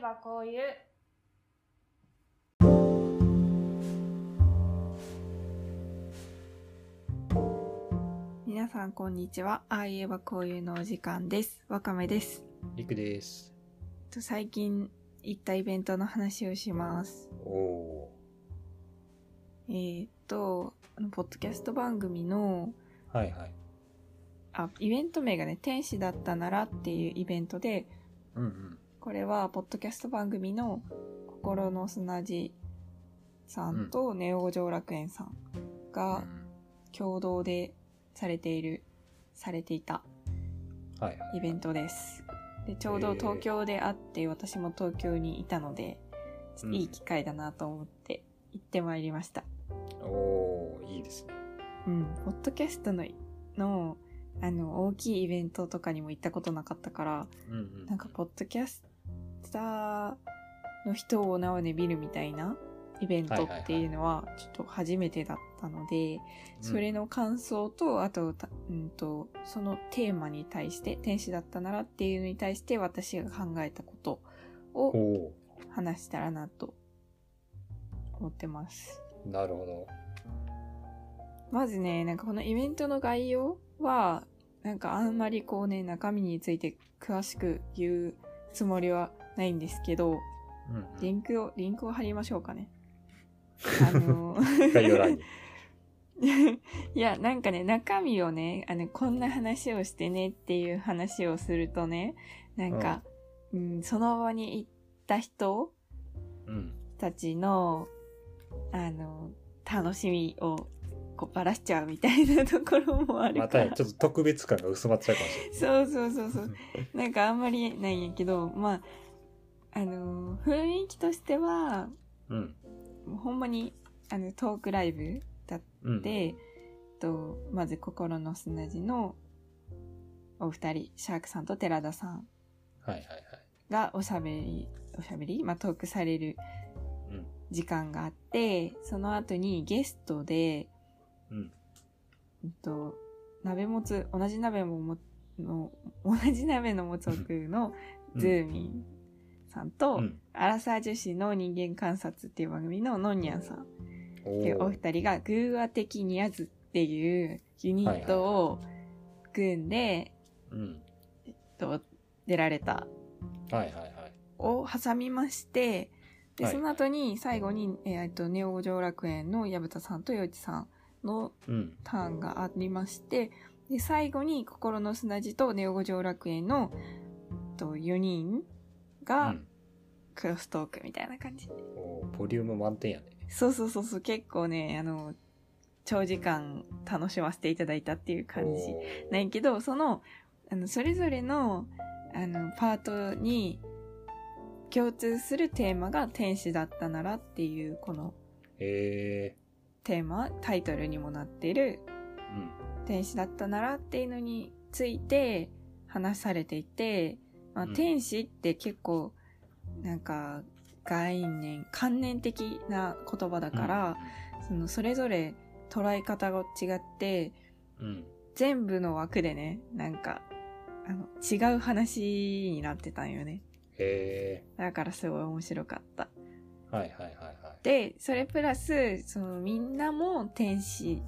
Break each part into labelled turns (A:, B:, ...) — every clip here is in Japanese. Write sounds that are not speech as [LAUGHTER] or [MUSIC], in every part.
A: ばこういう
B: 皆さんこんにちは。ああいえばこういうのお時間です。わかめです。
C: りくです。
B: と最近行ったイベントの話をします。
C: おお
B: えーっと、あのポッドキャスト番組の、
C: ー。はいはい。
B: あ、イベント名がね、天使だったならっていうイベントで、
C: うんうん。
B: これはポッドキャスト番組の心の砂地さんとネオ上楽園さんが共同でされている、されていた
C: うん、はいはい。
B: イベントです。で、ちょうど東京であって、私も東京にいたので、ちょっといい機会だなと思って行ってまいりました。
C: おおー、いいですね。
B: うん、ポッドキャストの、の、あの、大きいイベントとかにも行ったことなかったから、
C: うんうん。
B: なんか、ポッドキャスターの人を生で見るみたいなイベントっていうのは、ちょっと初めてだったので、それ、の感想と、あと、たうんと、そのテーマに対して、天使だったならっていうのに対して私が考えたこと
C: うん、
B: を
C: おお
B: 話したらなと思ってます。
C: ー、なるほ
B: まずね、なんかこのイベントの概要は、なんかあんまりこうね、中身について詳しく言うつもりはないんですけど、
C: ど。うん、う
B: リ
C: ん。
B: ンクを、リンクを貼りましょうかね。あのー
C: 概要欄に。
B: [LAUGHS] いや、なんかね、中身をね、あの、こんな話をしてねっていう話をするとね、なんか、うん、その場に行った人
C: うん。
B: たちの、あの、楽しみを、こう、ばらしちゃうみたいなところもある
C: ま
B: か
C: た
B: ら。
C: ねちょっと特別感が薄まっちゃうかもし
B: そうそうそう [LAUGHS] そ
C: れ [LAUGHS]
B: う。
C: な
B: な
C: い。
B: んかあんまりないんやけど、まあ、あの、雰囲気としては、
C: うん。
B: ほんまに、あの、トークライブだった
C: うん。
B: で、えっとまず心の砂地のお二人シャークさんと寺田さん
C: はいはいはい。
B: がおしゃべりおしゃべり、まあ、トークされる
C: うん
B: 時間があってその後にゲストで、
C: うん。
B: えっと、鍋もつ同じ鍋ももの同じ鍋のもつを食うの
C: うん
B: ズーミンさんと、
C: うん。
B: アラサー女子の人間観察っていう番組ののんにゃんさん
C: お
B: っていうお
C: お。
B: 二人が偶話的にやずっていうユニットを組んで、
C: うん。
B: と出られた
C: はいはいはい。
B: を挟みましてで
C: はい
B: その後に最後に、えーえっとネオ五条楽園の矢蓋さんと陽一さんの
C: うん。
B: ターンがありましてで最後に心の砂地とネオ五条楽園のえっと4人
C: う
B: が
C: ん
B: クロストークみたいな感じ、
C: おーボリューム満点やね。
B: そうそうそうそう結構ねあの長時間楽しませていただいたっていう感じ
C: お
B: ないけどそのあのそれぞれのあのパートに共通するテーマが「天使だったなら」っていうこの
C: ー。え
B: テーマタイトルにもなっている
C: えー。う
B: 「
C: ん。
B: 天使だったなら」っていうのについて話されていて、まあ、
C: うん
B: 天使って結構なんか概念観念的な言葉だから、そのそれぞれ捉え方が違って
C: うん、うん。
B: 全部の枠でねなんかあの違う話になってたんよね
C: え
B: だからすごい面白かった
C: ー。はいはいはいはい。
B: でそれプラスそのみんなも天使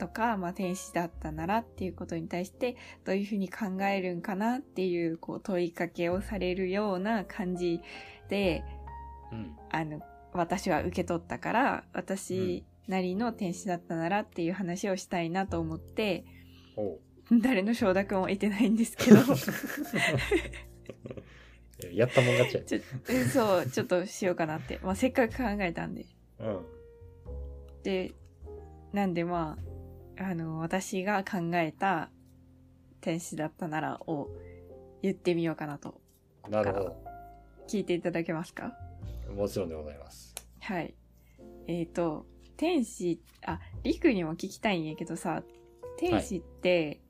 B: とか、まあ、天使だったならっていうことに対してどういうふうに考えるんかなっていうこう問いかけをされるような感じで
C: うん。
B: あの私は受け取ったから私なりの天使だったならっていう話をしたいなと思って、
C: おお。
B: 誰の承諾も得てないんですけど
C: やったもん勝ちや
B: ちょえそうちょっとしようかなって、まあ、せっかく考えたんで
C: うん。
B: でなんでまああの私が考えた天使だったならを言ってみようかなと
C: なるほ
B: 聞いていただけますか
C: ど。もちろんでございます。
B: はいえっ、と天使ありくにも聞きたいんやけどさ天使って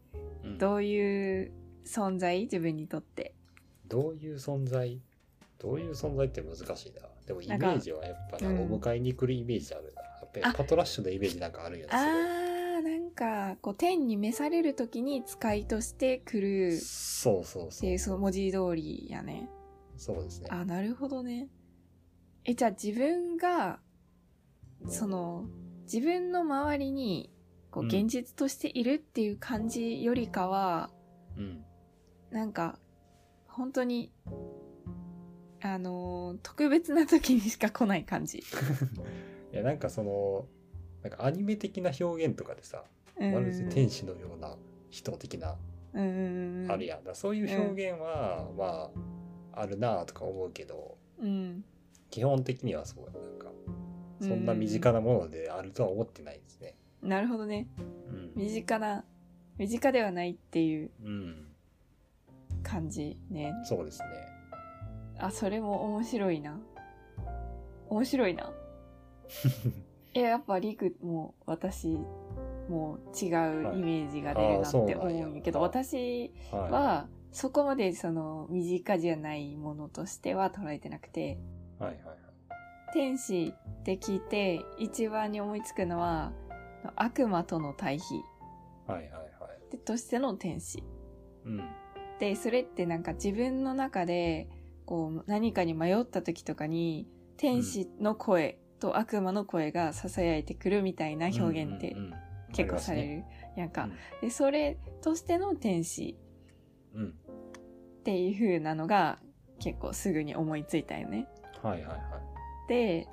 C: うん
B: どういう存在、自分にとって
C: どういう存在どういう存在って難しいな。でもイメ
B: なんか
C: ージはやっぱな、
B: うん
C: お迎えに来るイメージあるな。やっぱり
B: あ
C: パトラッシュのイメージなんかあるよね。
B: あーなんかこう天に召される時に使いとして来る
C: そうそう
B: っ
C: そ。
B: ていううその文字通りやね
C: そうですね。
B: あ、なるほどね。え、じゃあ自分が、その、自分の周りに、こう、
C: うん
B: 現実としているっていう感じよりかは、
C: うん。
B: なんか、本当に、あのー特別な時にしか来ない感じ。
C: いや、なんかその、なんかアニメ的な表現とかでさ、
B: うん。
C: まるで天使のような人的な、
B: うんうんうん。
C: あるやん。だからそういう表現は、まあ、あるなとか思うけど、
B: うん。
C: 基本的にはそう、なんか、
B: う
C: そんな身近なものであるとは思ってないですね。
B: なるほどね。
C: うん。
B: 身近な、身近ではないっていう
C: うん。
B: 感じね。
C: そうですね。
B: あ、それも面白いな。面白いな。いや、やっぱリクも私も違うイメージが出るなって
C: はいあーそうなん
B: 思
C: や
B: うんやけど、私
C: は
B: はそこまでその身近じゃないものとしては捉えてなくて、
C: い。はいはいはい。
B: 天使って聞いて一番に思いつくのは、悪魔との対比
C: はいはいはい。
B: でとしての天使。
C: うん。
B: で、それってなんか自分の中で、こう、何かに迷った時とかに、天使の声と悪魔の声が囁いてくるみたいな表現って
C: うんうんうん
B: 結構されるやんか。で、それとしての天使
C: うん。うん。
B: っていう風なのが結構すぐに思いついたよね。
C: はいはいはい。
B: で、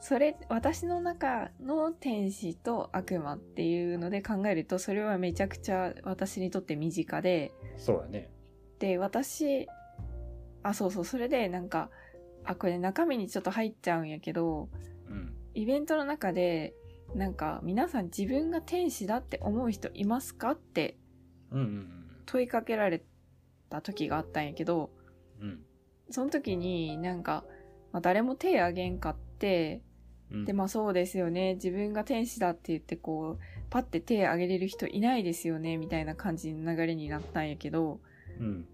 B: それ、私の中の天使と悪魔っていうので考えると、それはめちゃくちゃ私にとって身近で、
C: そうやね。
B: で私あそうそうそれでなんかあこれ中身にちょっと入っちゃうんやけど
C: うん。
B: イベントの中でなんか皆さん自分が天使だって思う人いますかって
C: うんうん
B: 問いかけられた時があったんやけど
C: うん。うん。
B: その時になんか、まあ、誰も手あげんかって
C: うん
B: でまあそうですよね自分が天使だって言ってこうパッて手あげれる人いないですよねみたいな感じの流れになったんやけど
C: うん。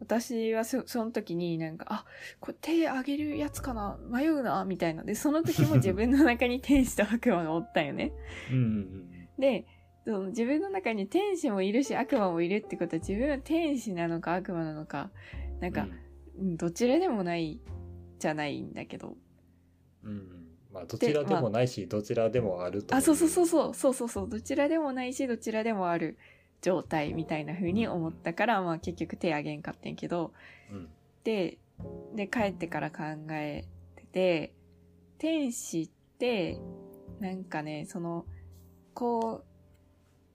B: 私はそその時になんか、あ、これ手あげるやつかな迷うなみたいな。で、その時 [LAUGHS] も自分の中に天使と悪魔がおったよね。
C: うんうん
B: で、その自分の中に天使もいるし悪魔もいるってことは自分は天使なのか悪魔なのか、な
C: うん
B: か、うんどちらでもないじゃないんだけど。
C: うんうんまあどちらでもないしどちらでもあると
B: あ、そうそうそううそう、そうそうそう、どちらでもないし、どちらでもある状態みたいな風に思ったから、まあ結局手あげんかってんけど、
C: うん
B: でで帰ってから考えてて天使ってなんかねそのこう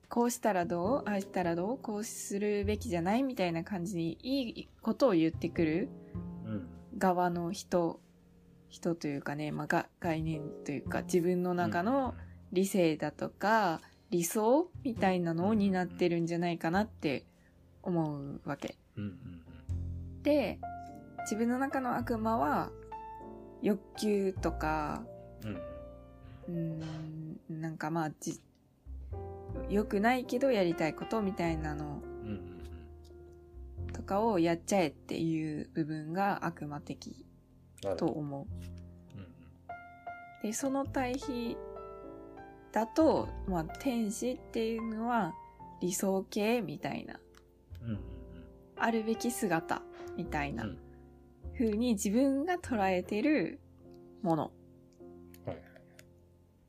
B: こうしたらどうああしたらどうこうするべきじゃないみたいな感じにいいことを言ってくる
C: うん
B: 側の人人というかね、まあ、が概念というか自分の中の理性だとか理想みたいなのを担ってるんじゃないかなって思うわけ。
C: うんうん
B: で自分の中の悪魔は欲求とか
C: うんうん
B: うーんなんかまあじ良くないけどやりたいことみたいなの
C: うんうん
B: とかをやっちゃえっていう部分が悪魔的
C: なる
B: と
C: ほど
B: 思
C: うん
B: う。でその対比だと、まあ、天使っていうのは理想系みたいな
C: うんうん
B: あるべき姿みたいな
C: うん
B: 風に自分が捉えてるもの
C: はいはい
B: っ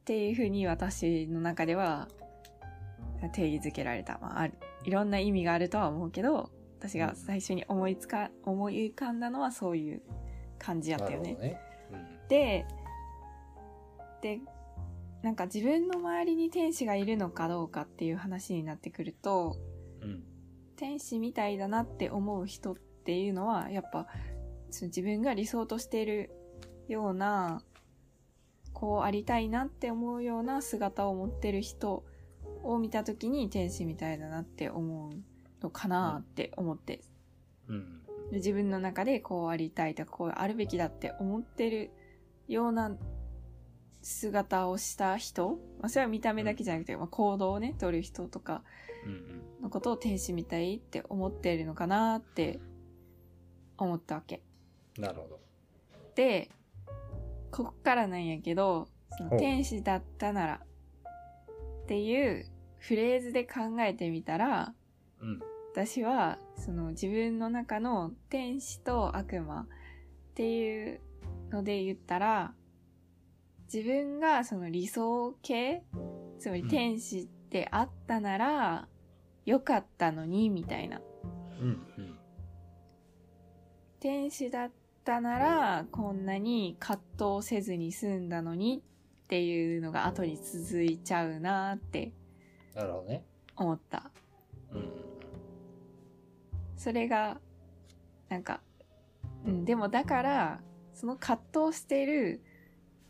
B: ていうふうに私の中では定義づけられた、まあ、あるいろんな意味があるとは思うけど私が最初に思いつか思い浮かんだのはそういう感じや
C: うん
B: っ
C: な
B: た
C: る
B: よ
C: ほど
B: ね。
C: ね
B: ででなんか自分の周りに天使がいるのかどうかっていう話になってくると
C: うんうん
B: 天使みたいだなって思う人っていうのはやっぱその自分が理想としているようなこうありたいなって思うような姿を持ってる人を見た時に天使みたいだなって思うのかなって思って
C: うん
B: で自分の中でこうありたいとかこうあるべきだって思ってるような姿をした人、まあ、それは見た目だけじゃなくて、まあ、行動をね取る人とか
C: うんうん
B: のことを天使みたいって思っているのかなって思ったわけ。
C: なるほど
B: で、ここからなんやけど、その
C: ほう
B: 天使だったならっていうフレーズで考えてみたら、
C: うん
B: 私はその自分の中の天使と悪魔っていうので言ったら、自分がその理想系、つまり
C: うん
B: 天使ってあったなら、良かったのに、みたいな。
C: うんうん
B: 天使だったなら、こんなに葛藤せずに済んだのにっていうのが後に続いちゃうなって
C: なるほどね
B: 思った。
C: うん
B: それが、なんか、うん、でもだから、その葛藤してる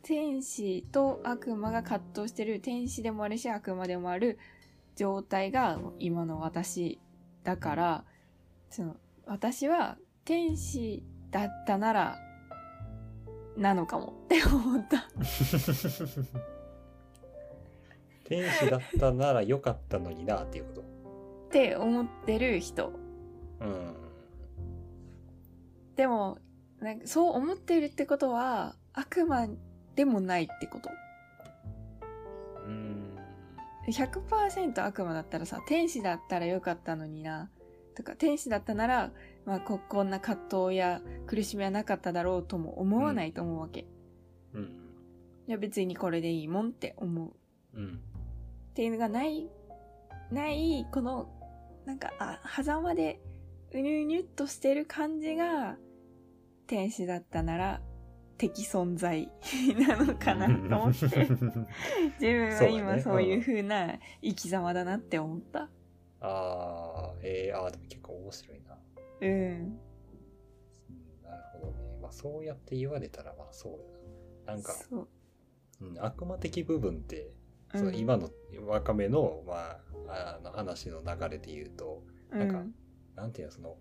B: 天使と悪魔が葛藤してる天使でもあるし悪魔でもある状態が今の私だから、その、私は天使だったなら、なのかもって思った。
C: 天使だったなら良かったのになっていうこ
B: って思ってる人。
C: とうん
B: でも、なんかそう思っているってことは、悪魔でもないってこと。
C: うん
B: 100%悪魔だったらさ、天使だったらよかったのにな、とか、天使だったなら、まあ、こ、こんな葛藤や苦しみはなかっただろうとも思わないと思うわけ。
C: うん
B: いや、別にこれでいいもんって思う。
C: うん
B: っていうのがない、ない、この、なんか、あ、狭間で、うにゅうにゅっとしてる感じが、天使だったなら、的存在 [LAUGHS] なのかなと思って、 [LAUGHS] 自分は今
C: そ
B: そう
C: だね
B: ういう風な生き様だなって思った。
C: あー、えー、あーでも結構面白いな。
B: うん。
C: うんなるほどね。まあそうやって言われたらまあそうだな。なんか、
B: そう
C: うん、悪魔的部分って、
B: うん
C: その今の若めの,、まあ、あの話の流れで言うと、なんか
B: うん
C: なんていうの、その、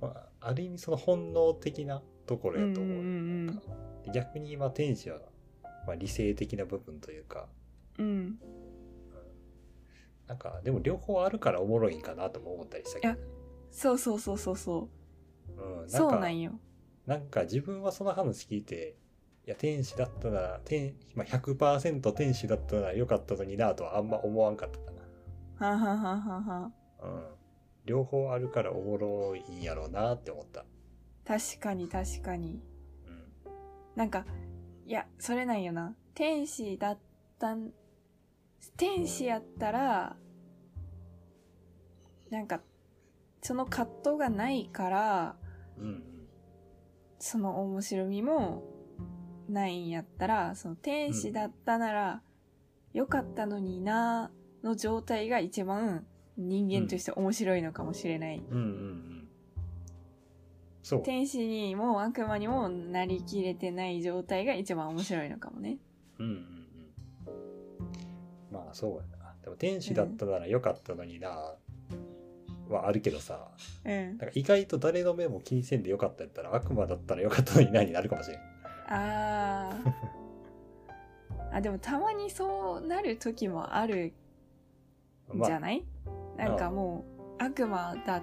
C: まあ、ある意味その本能的なところやと思う。
B: うんうんうん
C: なんかで逆に今天使は、まあ、理性的な部分というか、
B: うん、
C: なんかでも両方あるからおもろいんかなとも思ったりしたけどね、
B: そうそうそうそうそう
C: うん、
B: そう
C: か
B: なんよ
C: なんか自分はその話聞いて、いや、天使だったなら、天、まあ、100%天使だったなら良かったのになとはあんま思わんかったか
B: はんはんはんはんはん
C: な。うん。両方あるからおもろいんやろうなって思った。
B: 確かに確かに
C: うん。
B: なんかいやそれなんよな天使だったん天使やったらなんかその葛藤がないから
C: うんうん。
B: その面白みもないんやったらその天使だったなら良かったのになの状態が一番人間として面白いのかもしれない
C: うんうんうん。そう。
B: 天使にも悪魔にもなりきれてない状態が一番面白いのかもね。
C: うんうんうん。まあそうやな。でも天使だったなら良かったのにな、はあるけどさ、
B: うん。
C: なんか意外と誰の目も気にせんで良かったやったら、悪魔だったら良かったのになになるかもしれん。
B: あーあ。でもたまにそうなる時もあるん
C: まあ
B: じゃない、なんかもう悪魔だ。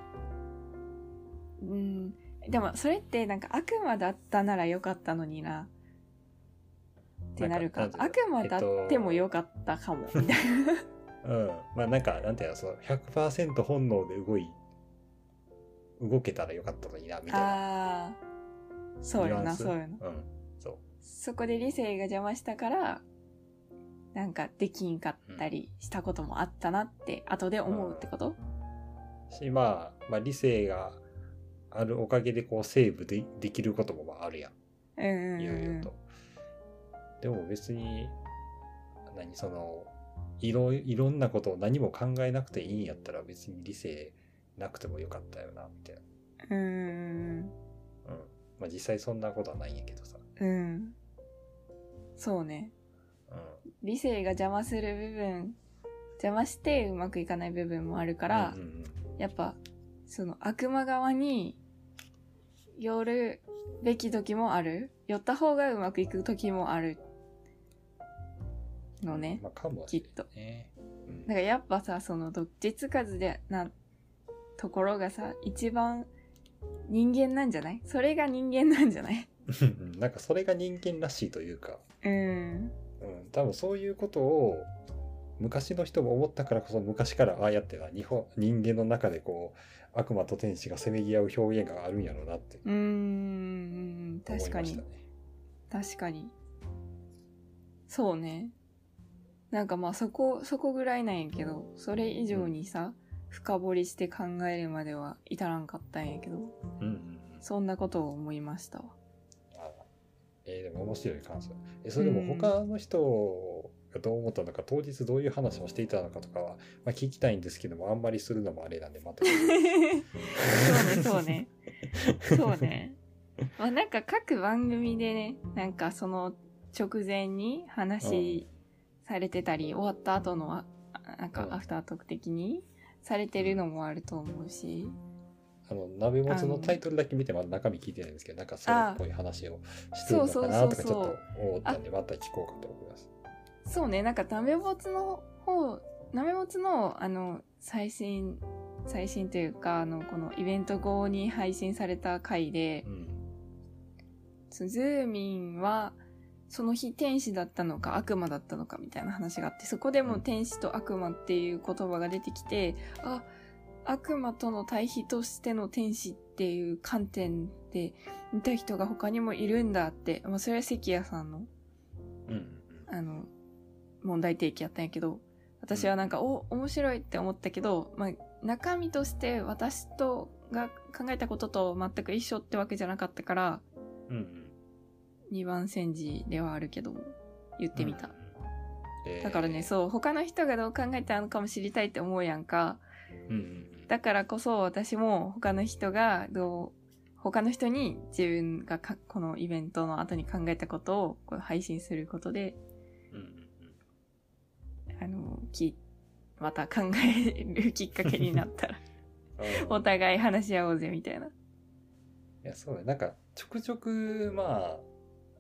B: うん。でもそれってなんか悪魔だったならよかったのにな。ってなるか。
C: なんかなんてい
B: 悪
C: うの
B: 魔だってもよかったかも。みたい
C: [LAUGHS]
B: な。
C: うん。まあなんか、なんていうの、その100%本能で動い、動けたらよかったのにな、みたい
B: あ
C: な。
B: あ。そうよ
C: ニュア
B: な、
C: ンス
B: そうよな。
C: うん。そう。
B: そこで理性が邪魔したから、なんかできんかったりしたこともあったなって、後で思うってこと
C: し、まあ、まあ理性があるおかげでこうセーブでできることもまああるやん。
B: うんうん
C: いろいろ
B: う
C: と。でも別に、何、その、いろ、いろんなことを何も考えなくていいんやったら別に理性なくてもよかったよな、みたいな。
B: ん。うん
C: うん。まあ実際そんなことはないんやけどさ。
B: うんうん。うん。そうね。
C: うん。
B: 理性が邪魔する部分、邪魔してうまくいかない部分もあるから
C: うん、うん
B: やっぱ、その悪魔側に寄るべき時もある。寄った方がうまくいく時もある。
C: うん
B: のね。
C: まあかもしれん
B: きっと
C: ね。うん
B: なんかやっぱさ、そのどっちつかずでなところがさ、一番人間なんじゃないそれが人間なんじゃない
C: うんなんかそれが人間らしいというか、
B: うん。
C: うん、多分そういうことを昔の人も思ったからこそ昔からああやってな日本人間の中でこう悪魔と天使がせめぎ合う表現があるんやろうなって
B: うーん、確
C: 思い
B: か
C: まし
B: に
C: た。ね。
B: 確かに。そうね。なんかまあそこ、そこぐらいなんやけど、それ以上にさ、深掘りして考えるまでは至らんかったんやけど、
C: うんうんうん
B: そんなことを思いま
C: [LAUGHS]
B: したわ。
C: あえーでも面白い感想。えそれでも他の人がどう思ったのか、当日どういう話をしていたのかとかは、まあ、聞きたいんですけどもあんまりするのもあれなんで
B: [LAUGHS]
C: また。
B: そうね、そうね。そうね。まあなんか各番組でね、なんかその直前に話されてたり、終わった後のあ、あなんか
C: うん
B: アフタートーク的にされてるのもあると思うし。
C: あの鍋もつのタイトルだけ見てまだ中身聞いてないんですけどなんかそれっぽい話をしてるのかなとかちょっと思ったんでまた聞こうかと思います。
B: そうね、なんかダメボツの方、ダメボツの、あの、最新、最新というか、あの、このイベント後に配信された回で
C: う、ん
B: そのズーミンは、その日天使だったのか悪魔だったのかみたいな話があって、そこでも天使と悪魔っていう言葉が出てきて、あ、悪魔との対比としての天使っていう観点で見た人が他にもいるんだって、まあそれは関谷さんの
C: うん
B: あの、問題提起やったんやけど、私はなんか、お、面白いって思ったけど、まあ、中身として私とが考えたことと全く一緒ってわけじゃなかったから、
C: うんうんうん
B: 2番煎じではあるけど、言ってみた。。
C: えー
B: だからね、そう、他の人がどう考えたのかも知りたいって思うやんか。
C: うんうん
B: だからこそ私も他の人がどう、他の人に自分がかこのイベントの後に考えたことをこう配信することで、
C: うんうんうん
B: あの、き、また考えるきっかけにな [LAUGHS] ったら、
C: うん
B: お [LAUGHS]
C: い
B: 互い話し合おうぜみたいな。
C: やそうねなんかちょくちょくま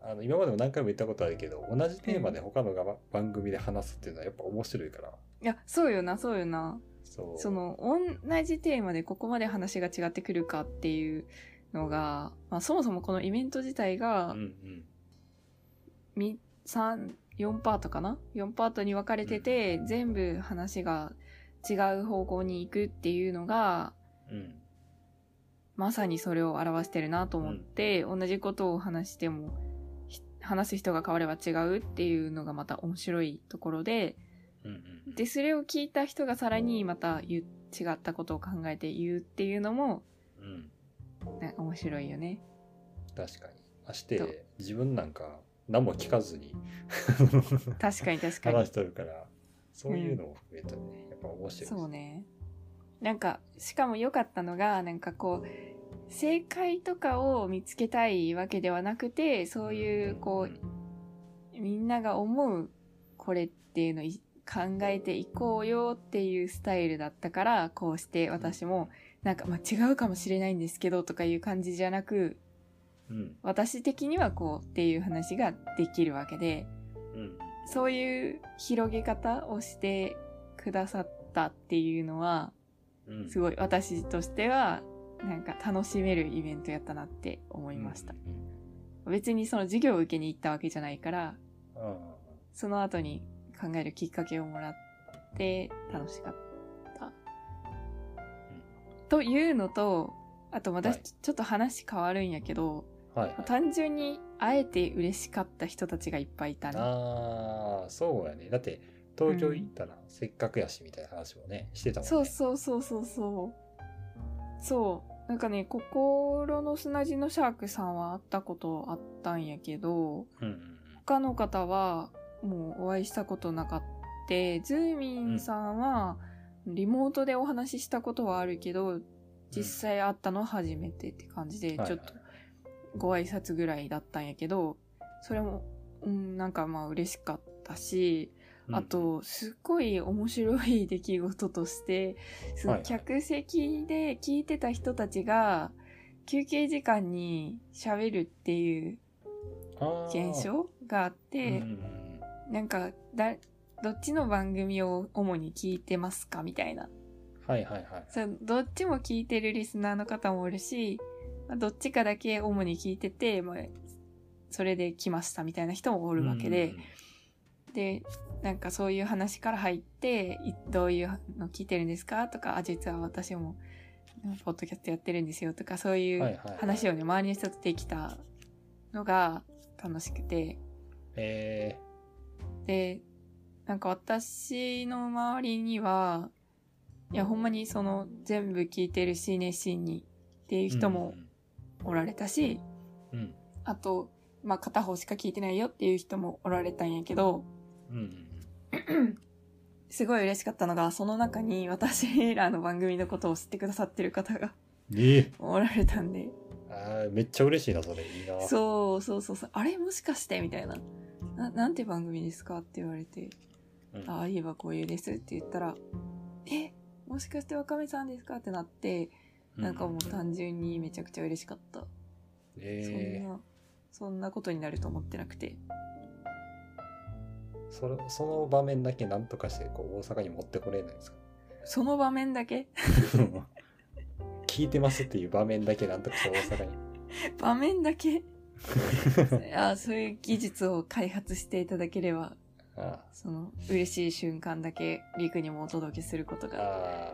C: ああの今までも何回も言ったことあるけど同じテーマで他のが番組で話すっていうのはやっぱ面白いから
B: いや、そうよな、そうよな。
C: そう
B: その、同じテーマでここまで話が違ってくるかっていうのが、まあそもそもこのイベント自体
C: う
B: が
C: ん、うん
B: み3、4パートかな ?4 パートに分かれてて、全部話が違う方向に行くっていうのが、
C: うん
B: まさにそれを表してるなと思って、同じことを話してもひ話す人が変われば違うっていうのがまた面白いところで
C: うんうんうん
B: でそれを聞いた人がさらにまた言う違ったことを考えて言うっていうのも
C: うん
B: なんか面白いよね。
C: 確かにまし
B: そう
C: て自分なんか何も聞かずに
B: [LAUGHS] 確かに確か
C: 話
B: に
C: し。とるからそういうのも含めたらねやっぱ面白いです
B: そうね。なんかしかも良かったのがなんかこう正解とかを見つけたいわけではなくてそういうこうみんなが思うこれっていうのをい考えていこうよっていうスタイルだったからこうして私もなんか、まあ、違うかもしれないんですけどとかいう感じじゃなく
C: うん
B: 私的にはこうっていう話ができるわけで
C: うん
B: そういう広げ方をしてくださったっていうのは
C: うん
B: すごい私としてはなんか楽しめるイベントやったなって思いました
C: う。んうん
B: 別にその授業を受けに行ったわけじゃないから
C: うんああ
B: その後に考えるきっかけをもらって楽しかった。というのと、あと私、
C: はい
B: ちょっと話変わるんやけど、
C: はいはい、
B: 単純に会えて嬉しかった人たちがいっぱいいたね。
C: ああそうやねだって東京行ったらせっかくやしみたいな話もねしてたもんね
B: そうそうそうそうそう。そう。なんかね、心の砂地のシャークさんは会ったことあったんやけど、
C: うんうん
B: 他の方はもうお会いしたことなかった。ズーミンさんはリモートでお話ししたことはあるけど、実際会ったのは初めてって感じで、
C: うん
B: ちょっ
C: はいはい
B: とご挨拶ぐらいだったんやけど、それも、うん、なんかまあ嬉しかったし、
C: うん
B: あと、すっごい面白い出来事として、そ
C: は
B: の
C: いはい
B: 客席で聞いてた人たちが、休憩時間に喋るっていう
C: あー
B: 現象があっ
C: うん
B: て、なんかだどっちの番組を主に聞いてますかみたいな
C: はいはいはい
B: そうどっちも聞いてるリスナーの方もおるしまあどっちかだけ主に聞いてて、まあ、それで来ましたみたいな人もおるわけで、でなんかそういう話から入って、いどういうの聞いてるんですかとか、あ、実は私も、ポッドキャストやってるんですよとか、そうい
C: はいは
B: う
C: いはい
B: 話をね、周りの人とできたのが楽しくて、
C: え
B: で、なんか私の周りには、いや、ほんまにその、全部聞いてるし、熱心にっていう
C: ー
B: 人もおられたし、
C: うんうん
B: あと、まあ、片方しか聞いてないよっていう人もおられたんやけど、
C: うんうん
B: すごい嬉しかったのが、その中に私らの番組のことを知ってくださってる方が [LAUGHS]
C: え
B: おられたんで、
C: ー、あーめっちゃ嬉しいなそれいいな
B: そうそうそうそう、あれもしかしてみたいな。ななんて番組ですかって言われて、
C: うん
B: ああ、いえばこういうですって言ったら、え、もしかしてわかめさんですかってなって、なんかもう単純にめちゃくちゃ嬉しかった。そん
C: え
B: な、そんなことになると思ってなくて。
C: ー、それその場面だけなんとかしてこう大阪に持ってこれないん
B: [LAUGHS]
C: ですか
B: その場面だけ [LAUGHS]
C: 聞いてますっていう場面だけなんとかして大阪に
B: 場面だ
C: [LAUGHS]
B: けあそういう技術を開発していただければ
C: あ
B: その嬉しい瞬間だけリクにもお届けすること
C: ー
B: が
C: あ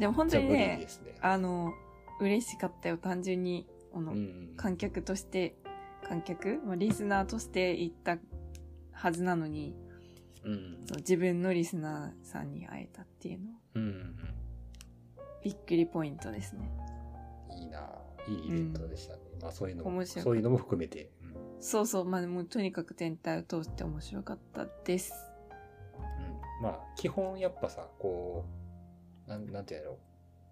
B: でも本当
C: ーじゃあ
B: に
C: 無理で
B: ね
C: すね
B: あの嬉しかったよ単純にあ
C: う
B: の、
C: んうん
B: 観客として観客、まあ、リスナーとして行ったはずなのに
C: うん
B: その自分のリスナーさんに会えたっていうのは
C: うんうん
B: びっくりポイントですね
C: いいな、いいイベントでしたね。まあそういうのも、
B: 面白かった
C: そういうのも含めて。うん
B: そうそうまあもうとにかく全体を通して面白かったです
C: うんまあ基本やっぱさ、こう、なんなんていうんだろう。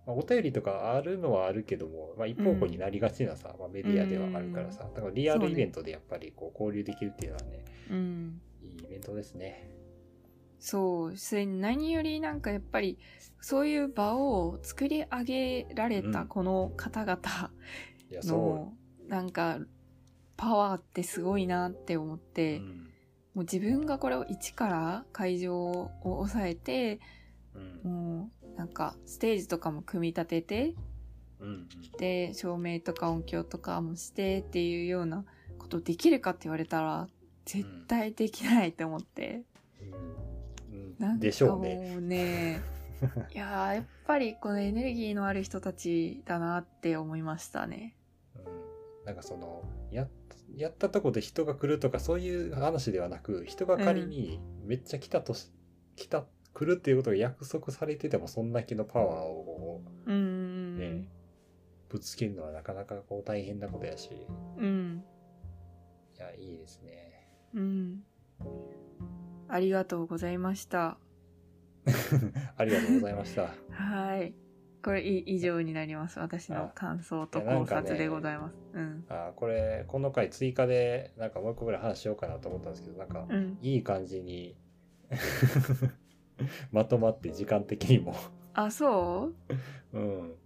C: まあ、お便りとかあるのはあるけども、まあ、一方向になりがちなさ、まあ、メディアではあるからさ、だからリア
B: そ
C: ル
B: うね
C: イベントでやっぱりこう交流できるっていうのはね、
B: うん
C: いいイベントですね。
B: そう、それに何よりなんかやっぱり、そういう場を作り上げられ
C: う
B: た
C: ん
B: この方々
C: いや、そ
B: の、なんか、パワーってすごいなって思っ
C: う。
B: て、
C: う
B: も
C: ん
B: う自分がこれを一から会場を抑えて、
C: うん
B: もうなんかステージとかも組み立てて、
C: うんうん
B: で、照明とか音響とかもしてっていうようなことできるかって言われたら、絶対できないと思って。
C: うんう
B: なん
C: ん
B: か
C: でしょうね。
B: もうね [LAUGHS] いやーやっぱりこのエネルギーのある人たちだなって思いましたね。
C: うんなんかそのややったとこで人が来るとかそういう話ではなく人が仮にめっちゃ来たとし、来た来るっていうことが約束されててもそんだけのパワーを
B: うーん、
C: ね、ぶつけるのはなかなかこう大変なことやしい
B: うん、
C: やいいですね [LAUGHS]
B: うん。ありがとうございました。
C: ありがとうございましたい
B: [LAUGHS] はい。これい以上になります。私の感想と
C: あいやな
B: 考
C: んかね
B: 察でございます。うん。
C: あーこれこの回追加でなんかもう一個ぐらい話しようかなと思ったんですけどなんか
B: うん。
C: いい感じに [LAUGHS] まとまって時間的にも
B: あ、そう
C: うん。なんで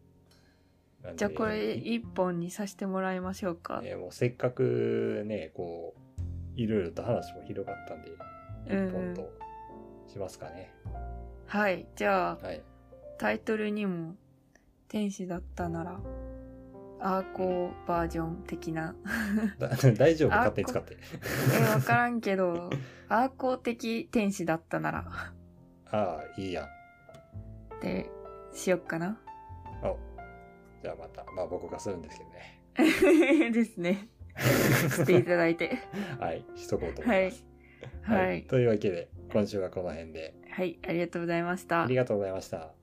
B: じゃあこれ
C: い
B: 一本にさせてもらいましょうか。
C: えーもうせっかくね、こう、いろいろと話も広がったんで、
B: うん
C: 一本としますかね。
B: はい。じゃあ、 [LAUGHS]
C: はい。
B: タイトルにも「天使だったなら」アーコーバージョン的な
C: だ [LAUGHS] 大丈夫
B: あ
C: 勝手に使って。
B: え分からんけ
C: [LAUGHS]
B: どアーコー的天使だったなら
C: ああ、いいやん。
B: でしよっか
C: [LAUGHS]
B: な
C: あじゃあまた、まあ僕がするんですけど
B: [LAUGHS]
C: ね。
B: ですねしていただいて
C: はい、しとこうと思います。
B: はい
C: というわけで、今週はこの辺で、
B: はいありがとうございました
C: ありがとうございました。